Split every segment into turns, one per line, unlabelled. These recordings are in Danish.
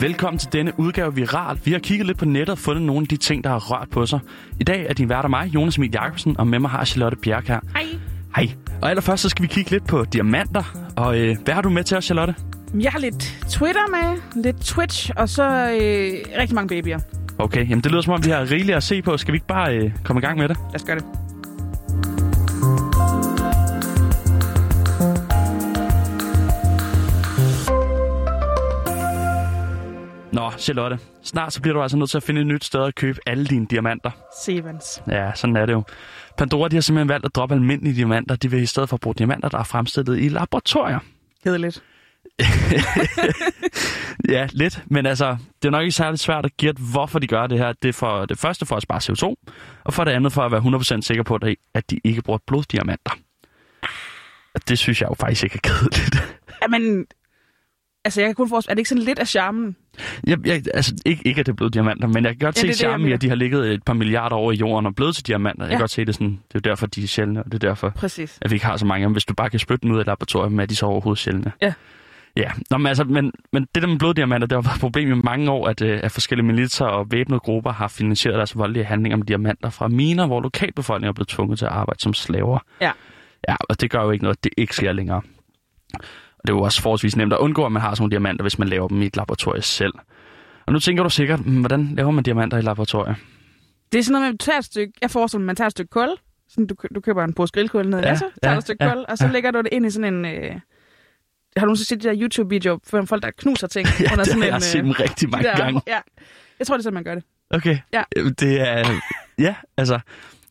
Velkommen til denne udgave Viral. Vi har kigget lidt på nettet og fundet nogle af de ting, der har rørt på sig. I dag er din værter mig, Jonas Emil Jacobsen, og med mig har Charlotte Bjerg her.
Hej.
Hej. Og allerførst så skal vi kigge lidt på diamanter. Og øh, hvad har du med til os, Charlotte?
Jeg har lidt Twitter med, lidt Twitch, og så øh, rigtig mange babyer.
Okay, jamen det lyder som om, vi har rigeligt at se på. Skal vi ikke bare øh, komme i gang med det?
Lad os gøre det.
Nå, Charlotte, snart så bliver du altså nødt til at finde et nyt sted at købe alle dine diamanter.
Sevens.
Ja, sådan er det jo. Pandora de har simpelthen valgt at droppe almindelige diamanter. De vil i stedet for bruge diamanter, der er fremstillet i laboratorier.
Kedeligt.
Ja, lidt. Men altså, det er nok ikke særlig svært at gætte, hvorfor de gør det her. Det er for det første for at spare CO2, og for det andet for at være 100% sikker på, at de- at de ikke bruger bloddiamanter. Og Det synes jeg jo faktisk ikke er kedeligt.
Jamen, altså jeg kan kun forestille, er det ikke sådan lidt af charmen?
Jeg, jeg, altså, ikke, ikke at det er bloddiamanter, men jeg kan godt
Ja,
ja,
det er
se
det, jeg
charmen i,
mener.
at de har ligget et par milliarder over i jorden og blevet til diamanter. Ja. Jeg kan
Ja.
godt se det er sådan, det er jo derfor, de er sjældne, og det er derfor,
Præcis.
at vi ikke har så mange. Men Hvis du bare kan spytte dem ud af laboratoriet, er de så overhovedet sjældne.
Ja.
Ja, Nå, men, altså, men, men det der med bloddiamanter, det har været et problem i mange år, at, øh, at forskellige militser og væbnede grupper har finansieret deres voldelige handlinger med diamanter fra miner, hvor lokalbefolkningen er blevet tvunget til at arbejde som slaver.
Ja.
Ja, og det gør jo ikke noget, det ikke sker længere. Og det er jo også forholdsvis nemt at undgå, at man har sådan nogle diamanter, hvis man laver dem i et laboratorium selv. Og nu tænker du sikkert, "Hmm, hvordan laver man diamanter i et laboratorium?
Det er sådan noget, med, at du tager et stykke, jeg forestiller mig, man tager et stykke kul, sådan du, kø- du køber en pose grillkul ned,
Ja,
ja, så tager
ja,
du et stykke
ja,
kul, og så lægger du det ind i sådan en... Øh, har du nogensinde set de der YouTube-videoer, for folk, der knuser ting?
Ja,
under
det
sådan
har
en,
jeg set
øh,
dem rigtig mange
der-
gange.
Ja. Jeg tror, det er sådan, man gør det.
Okay.
Ja.
Jamen, Det er... Ja, altså...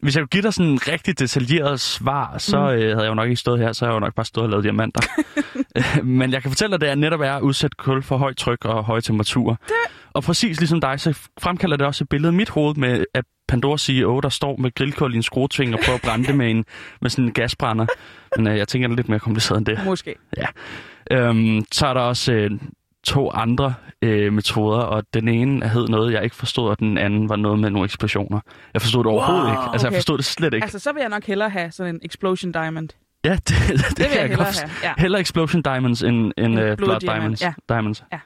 Hvis jeg kunne give dig sådan en rigtig detaljeret svar, så mm. øh, havde jeg jo nok ikke stået her, så havde jeg jo nok bare stået og lavet diamanter. Øh, Men jeg kan fortælle dig, at det er netop er at udsætte kul for højt tryk og høje temperaturer. Det... Og præcis ligesom dig, så fremkalder det også et billede i mit hoved med, at Pandora CEO, der står med grillkul i en skruetving og prøver at brænde det med, en, med sådan en gasbrænder. Men øh, jeg tænker, det er lidt mere kompliceret end det.
Måske.
Øhm, så er der også øh, to andre øh, metoder, og den ene hed noget, jeg ikke forstod, og den anden var noget med nogle eksplosioner. Jeg forstod det overhovedet
Wow,
ikke. Altså, jeg
okay.
forstod det slet ikke. Altså,
Altså, så vil jeg nok hellere have sådan en explosion diamond. Det,
ja, det, det, det,
det vil
kan
jeg
jeg
hellere
godt forstå.
have. Ja.
Heller Explosion Diamonds end, end
End
uh, Blood
Blood
Diamonds.
Diamond, ja.
diamonds.
Ja.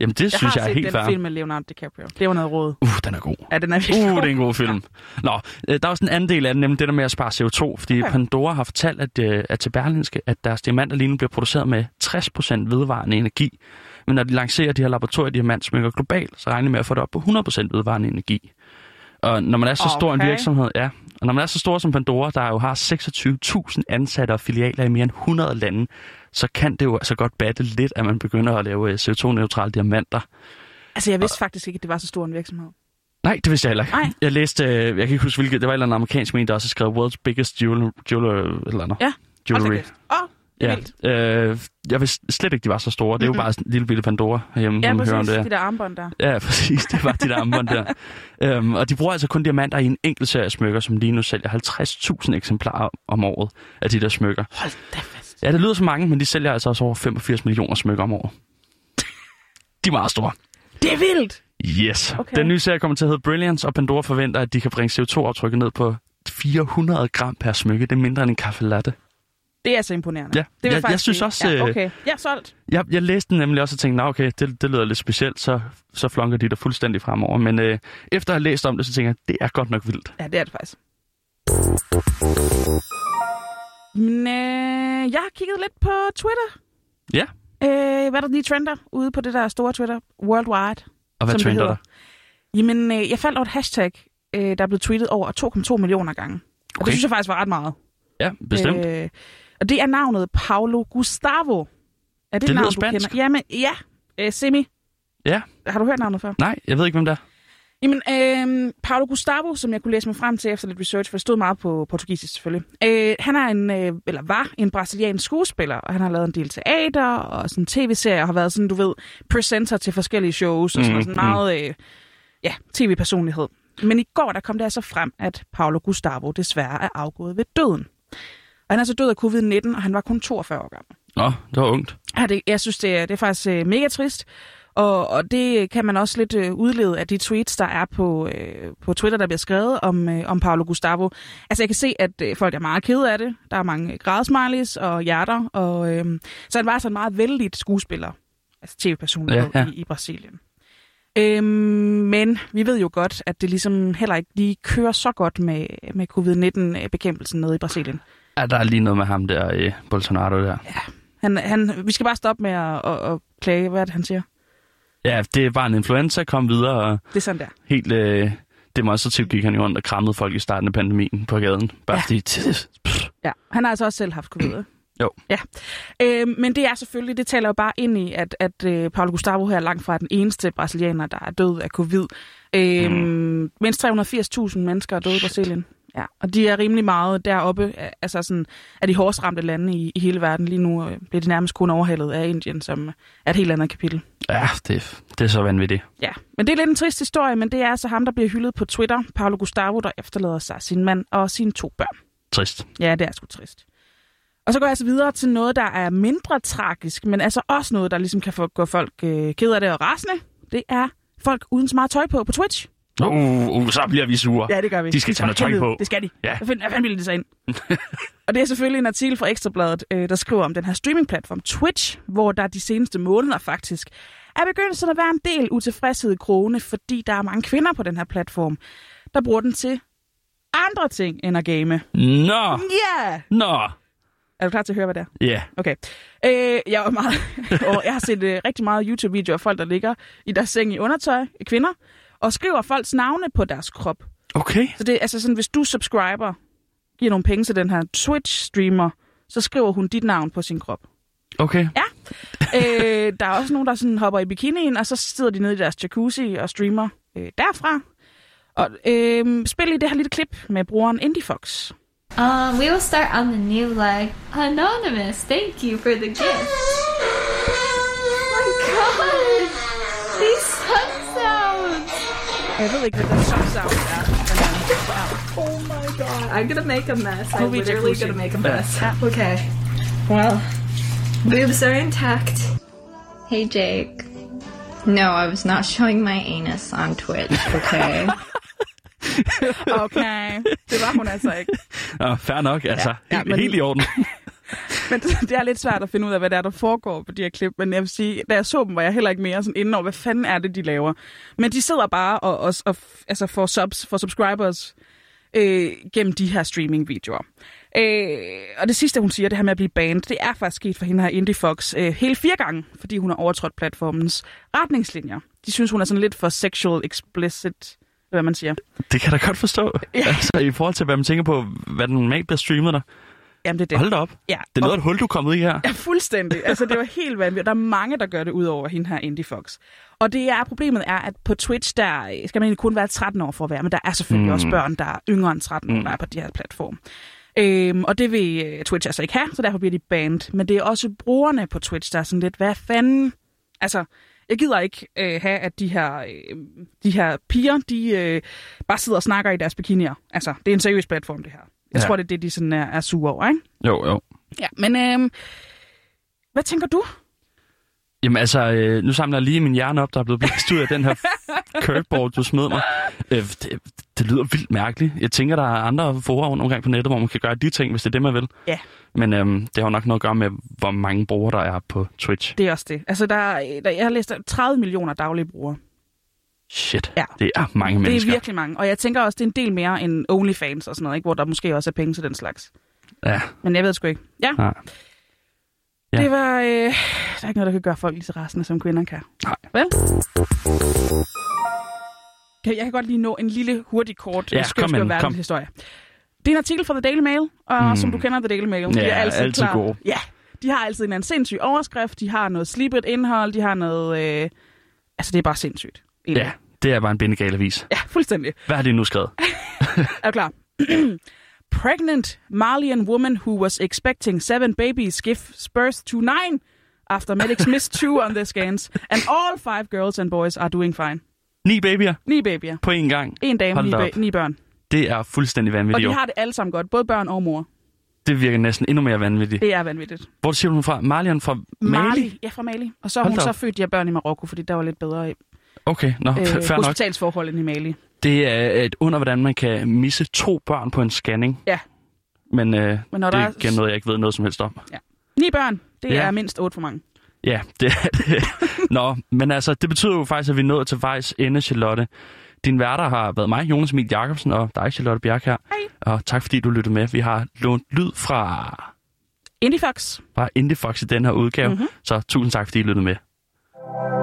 Jamen, det jeg synes
har
jeg er
set
helt
den
fair.
film med Leonardo DiCaprio. Det var noget råd.
Uh, den er god.
Ja, den er virkelig
Uh,
god.
det er en god film. Nå, øh, der er også en anden del af den, nemlig det der med at spare CO2, fordi
Okay.
Pandora har fortalt at, øh, at til Berlinske, at deres diamanter lige nu bliver produceret med 60% vedvarende energi. Men når de lancerer de her laboratoriediamantsmykker globalt, så regner de med at få det op på 100% vedvarende energi. Og når man er så stor en
Okay.
virksomhed, ja, og når man er så stor som Pandora, der jo har 26.000 ansatte og filialer i mere end 100 lande, så kan det jo altså godt batte lidt, at man begynder at lave øh, CO2-neutrale diamanter.
Altså, jeg vidste faktisk ikke, at det var så stor en virksomhed.
Nej, det vidste jeg heller ikke.
Nej.
Jeg læste, øh, jeg kan ikke huske hvilket, det var et eller andet amerikansk men, der også skrev World's Biggest Jewel, Jewel øh, eller andet.
Ja, hold
Jewelry.
Åh, oh,
Ja,
vildt.
øh, jeg vidste slet ikke, de var så store. Det er jo
Mm-mm.
bare sådan en lille bitte Pandora herhjemme,
Ja,
når man hører om
præcis.
det.
De der armbånd der.
Ja, præcis. Det var de der armbånd der. Øhm, og de bruger altså kun diamanter i en enkelt serie af smykker, som lige nu sælger 50.000 eksemplarer om året af de der smykker.
Hold da fast.
Ja, det lyder så mange, men de sælger altså også over 85 millioner smykker om året. De er meget store.
Det er vildt!
Yes. Okay.
Okay.
Den nye serie kommer til at hedde Brilliance, og Pandora forventer, at de kan bringe CO2-aftrykket ned på 400 gram per smykke. Det er mindre end en kaffe latte.
Det er altså imponerende.
Ja,
det vil
jeg- jeg
faktisk
synes
sige.
også,
Ja,
øh,
okay. Jeg er solgt.
Jeg, jeg læste den nemlig også og tænkte, "Nå, okay, det, det lyder lidt specielt, så, så flonker de der fuldstændig fremover. Men øh, efter at have læst om det, så tænker jeg, det er godt nok vildt.
Ja, det er det faktisk. Men øh, jeg har kigget lidt på Twitter.
Ja.
Øh, hvad der lige trender ude på det der store Twitter, worldwide.
Og hvad
Som det
trender der?
hedder. Jamen, øh, jeg faldt over et hashtag, øh, der er blevet tweetet over 2,2 millioner gange. Og
Okay.
det synes jeg faktisk var ret meget.
Ja, bestemt. Øh,
Øh, og det er navnet Paolo Gustavo. Er det,
Det
et navn,
lyder
du
spansk.
kender? Jamen, ja. Øh, Semi.
Ja.
Har du hørt navnet før?
Nej, jeg ved ikke, hvem der er.
Jamen, øh, Paolo Gustavo, som jeg kunne læse mig frem til efter lidt research, for det stod meget på portugisisk selvfølgelig. Øh, han er en, øh, eller var en brasiliansk skuespiller, og han har lavet en del teater og sådan tv-serier, og har været sådan, du ved, presenter til forskellige shows, og sådan,
Mm,
mm, sådan meget, øh, ja, tv-personlighed. Men i går, der kom det altså frem, at Paolo Gustavo desværre er afgået ved døden. Og han er så død af covid-19, og han var kun 42 år gammel.
Nå, det var ungt.
Ja, det, jeg synes, det er, det er faktisk øh, mega trist. Og, og det kan man også lidt øh, udlede af de tweets, der er på, øh, på Twitter, der bliver skrevet om, øh, om Paolo Gustavo. Altså, jeg kan se, at øh, folk er meget kede af det. Der er mange øh, grædsmileys og hjerter. Og, øh, så han var altså en meget vældig skuespiller, altså tv-personlighed
Ja,
ja,
ja.
ja. i, i Brasilien. Øhm, men vi ved jo godt, at det ligesom heller ikke lige kører så godt med, med covid-19-bekæmpelsen nede i Brasilien.
Ja, der er lige noget med ham der, øh, Bolsonaro der.
Han, han, vi skal bare stoppe med at, at, at klage, hvad er det, han siger.
Ja, det er bare en influenza, kom videre, og
Det er sådan der.
helt øh, demonstrativt gik han jo rundt og krammede folk i starten af pandemien på gaden. Bare
Ja.
ja. fordi, pff,
Ja, han har altså også selv haft covid. ikke?
Jo.
Ja. Øh, men det er selvfølgelig, det taler jo bare ind i, at, at øh, Paulo Gustavo her er langt fra den eneste brasilianer, der er død af covid. Øh, mm. Mindst 380.000 mennesker er døde i Brasilien. Ja, og de er rimelig meget deroppe, øh, altså sådan, af de hårdest ramte lande i, i hele verden. Lige nu øh, bliver de nærmest kun overhalet af Indien, som øh, er et helt andet kapitel.
ja, det, det er så vanvittigt.
Ja, men det er lidt en trist historie, men det er altså ham, der bliver hyldet på Twitter, Paulo Gustavo, der efterlader sig sin mand og sine to børn.
Trist.
Ja, det er sgu trist. Og så går jeg altså videre til noget, der er mindre tragisk, men altså også noget, der ligesom kan få, gå folk øh, ked af det og rasende. Det er folk uden så meget tøj på på Twitch.
Uh, uh, så bliver vi sure.
Ja, det gør vi.
De skal
Det
tage noget
for
tøj
helvede.
på.
Det skal de.
Ja.
Hvad fanden, hvad fanden vil de så ind? og det er selvfølgelig en artikel fra Ekstrabladet, øh, der skriver om den her streamingplatform Twitch, hvor der de seneste måneder faktisk er begyndt sådan at være en del utilfredshed i krogene, fordi der er mange kvinder på den her platform, der bruger den til andre ting end at game.
Nå,
Ja! Yeah!
nå,
Er du klar til at høre, hvad det er?
ja. Yeah.
Okay. Øh, jeg, var meget, og jeg har set øh, rigtig meget YouTube-videoer af folk, der ligger i deres seng i undertøj, kvinder, og skriver folks navne på deres krop.
Okay.
Så det er altså sådan, hvis du subscriber, giver nogle penge til den her Twitch-streamer, så skriver hun dit navn på sin krop.
Okay.
Ja. øh, der er også nogen, der sådan hopper i bikinien, og så sidder de nede i deres jacuzzi og streamer øh, derfra. Og øh, spil i det her lille klip med brugeren Indiefox.
Um, we will start on the new leg. Anonymous, thank you for the gift. my god! These sun sounds!
Og Jeg ved ikke, hvad den subsound er.
Oh my god, I'm gonna make a mess. I'm
Movie
literally
jacuzzi.
gonna make a mess. Okay. Well, boobs are intact.
Hey, Jake. No, I was not showing my anus on Twitch, okay?
Okay, det var hun altså ikke.
Nå, fair nok, altså. Ja,
ja,
helt,
men-
helt i orden.
Men det er lidt svært at finde ud af, hvad det er, der foregår på de her klip. Men jeg vil sige, da jeg så dem, var jeg heller ikke mere sådan inde over, hvad fanden er det, de laver. Men de sidder bare og, og, og altså får subs, for subscribers øh, gennem de her streaming-videoer. Øh, og det sidste, hun siger, det her med at blive banned, det er faktisk sket for hende her Indie Fox øh, hele fire gange, fordi hun har overtrådt platformens retningslinjer. De synes, hun er sådan lidt for sexual explicit, hvad man siger.
Det kan jeg da godt forstå.
Ja.
Ja. Altså, i forhold til, hvad man tænker på, hvad den normalt bliver streamet der.
Jamen, det er det.
Hold da op.
ja.
Det er noget af et hul, du er kommet i her.
Ja, fuldstændig. Altså, det var helt vanvittigt. Der er mange, der gør det ud over hende her, Indie Fox. Og det er, problemet er, at på Twitch, der øh, skal man egentlig kun være 13 år for at være, men der er selvfølgelig mm. også børn, der er yngre end 13 år, der er på de her platform. Øhm, og det vil øh, Twitch altså ikke have, så derfor bliver de banned. Men det er også brugerne på Twitch, der er sådan lidt, hvad fanden? Altså, jeg gider ikke øh, have, at de her, øh, de her piger, de øh, bare sidder og snakker i deres bikinier. Altså, det er en seriøs platform, det her. Jeg ja.
Ja.
tror, det er det, de sådan er, er sure over, ikke?
Jo, jo.
Ja, men øhm, hvad tænker du?
Jamen altså, øh, nu samler jeg lige min hjerne op, der er blevet blæst ud af den her curveball, du smed mig. Øh, det, det lyder vildt mærkeligt. Jeg tænker, der er andre forer rundt omkring på nettet, hvor man kan gøre de ting, hvis det er det, man vil.
Ja.
Men øhm, det har jo nok noget at gøre med, hvor mange brugere der er på Twitch.
Det er også det. Altså, der, er- der jeg har læst der er 30 millioner daglige brugere.
Shit,
Ja.
ja. det er mange
Det
mennesker.
er virkelig mange. Og jeg tænker også, det er en del mere end OnlyFans og sådan noget, ikke? hvor der måske også er penge til den slags.
Ja.
Men jeg ved det sgu ikke. Ja,
ja.
ja.
Ja.
det var... Øh, der er ikke noget, der kan gøre folk lige så rasende, som kvinder kan.
Nej.
Vel? Kan- Jeg kan godt lige nå en lille hurtig kort
Ja,
ja, skøn,
kom med
skøn
den, kom.
verdenshistorie. Det er en artikel fra The Daily Mail, og mm.
Mm.
som du kender The Daily Mail, de
Ja,
er altid,
altid
klar.
gode.
Ja, de har altid en eller anden sindssyg overskrift, de har noget slibet indhold, de har noget... Øh, altså, det er bare sindssygt. egentlig.
ja, det er bare en bindegal avis.
Ja, fuldstændig.
Hvad har de nu skrevet?
Er du klar? Pregnant Malian woman who was expecting seven babies gives birth to nine after medics missed two on their scans. And all five girls and boys are doing fine.
Ni babyer
Ni babyer.
på én gang.
En dame,
Hold
ni,
da
ba-
op.
ni børn.
Det er fuldstændig
Og
vanvittigt. jo.
de har det alle sammen godt. Både børn og mor.
Det virker næsten endnu mere vanvittigt.
Det er vanvittigt.
Hvor siger du hun fra? Marlian fra Mali?
Mali. Ja, fra Mali. Og så har
Hold
hun
da
så
op.
født de her børn i Marokko, fordi der var lidt bedre øh,
Okay, nå, øh, fair nok.
hospitalsforhold end i Mali.
Det er et under, hvordan man kan misse to børn på en scanning.
Ja.
Men, øh,
Men når
det
der
er
er-
igen noget, jeg ikke ved noget som helst om.
Ni børn, det
Ja.
er mindst otte for mange.
Ja, det er det. Nå, men altså, det betyder jo faktisk, at vi er nået til vejs ende, Charlotte. Din værter har været mig, Jonas Emil Jacobsen, og dig, Charlotte Bjerg her. Hej. Og tak fordi du lyttede med. Vi har lånt lyd fra,
Indie Fox. Mhm.
fra Indie Fox i den her udgave. Mm-hmm. Så tusind tak fordi I lyttede med.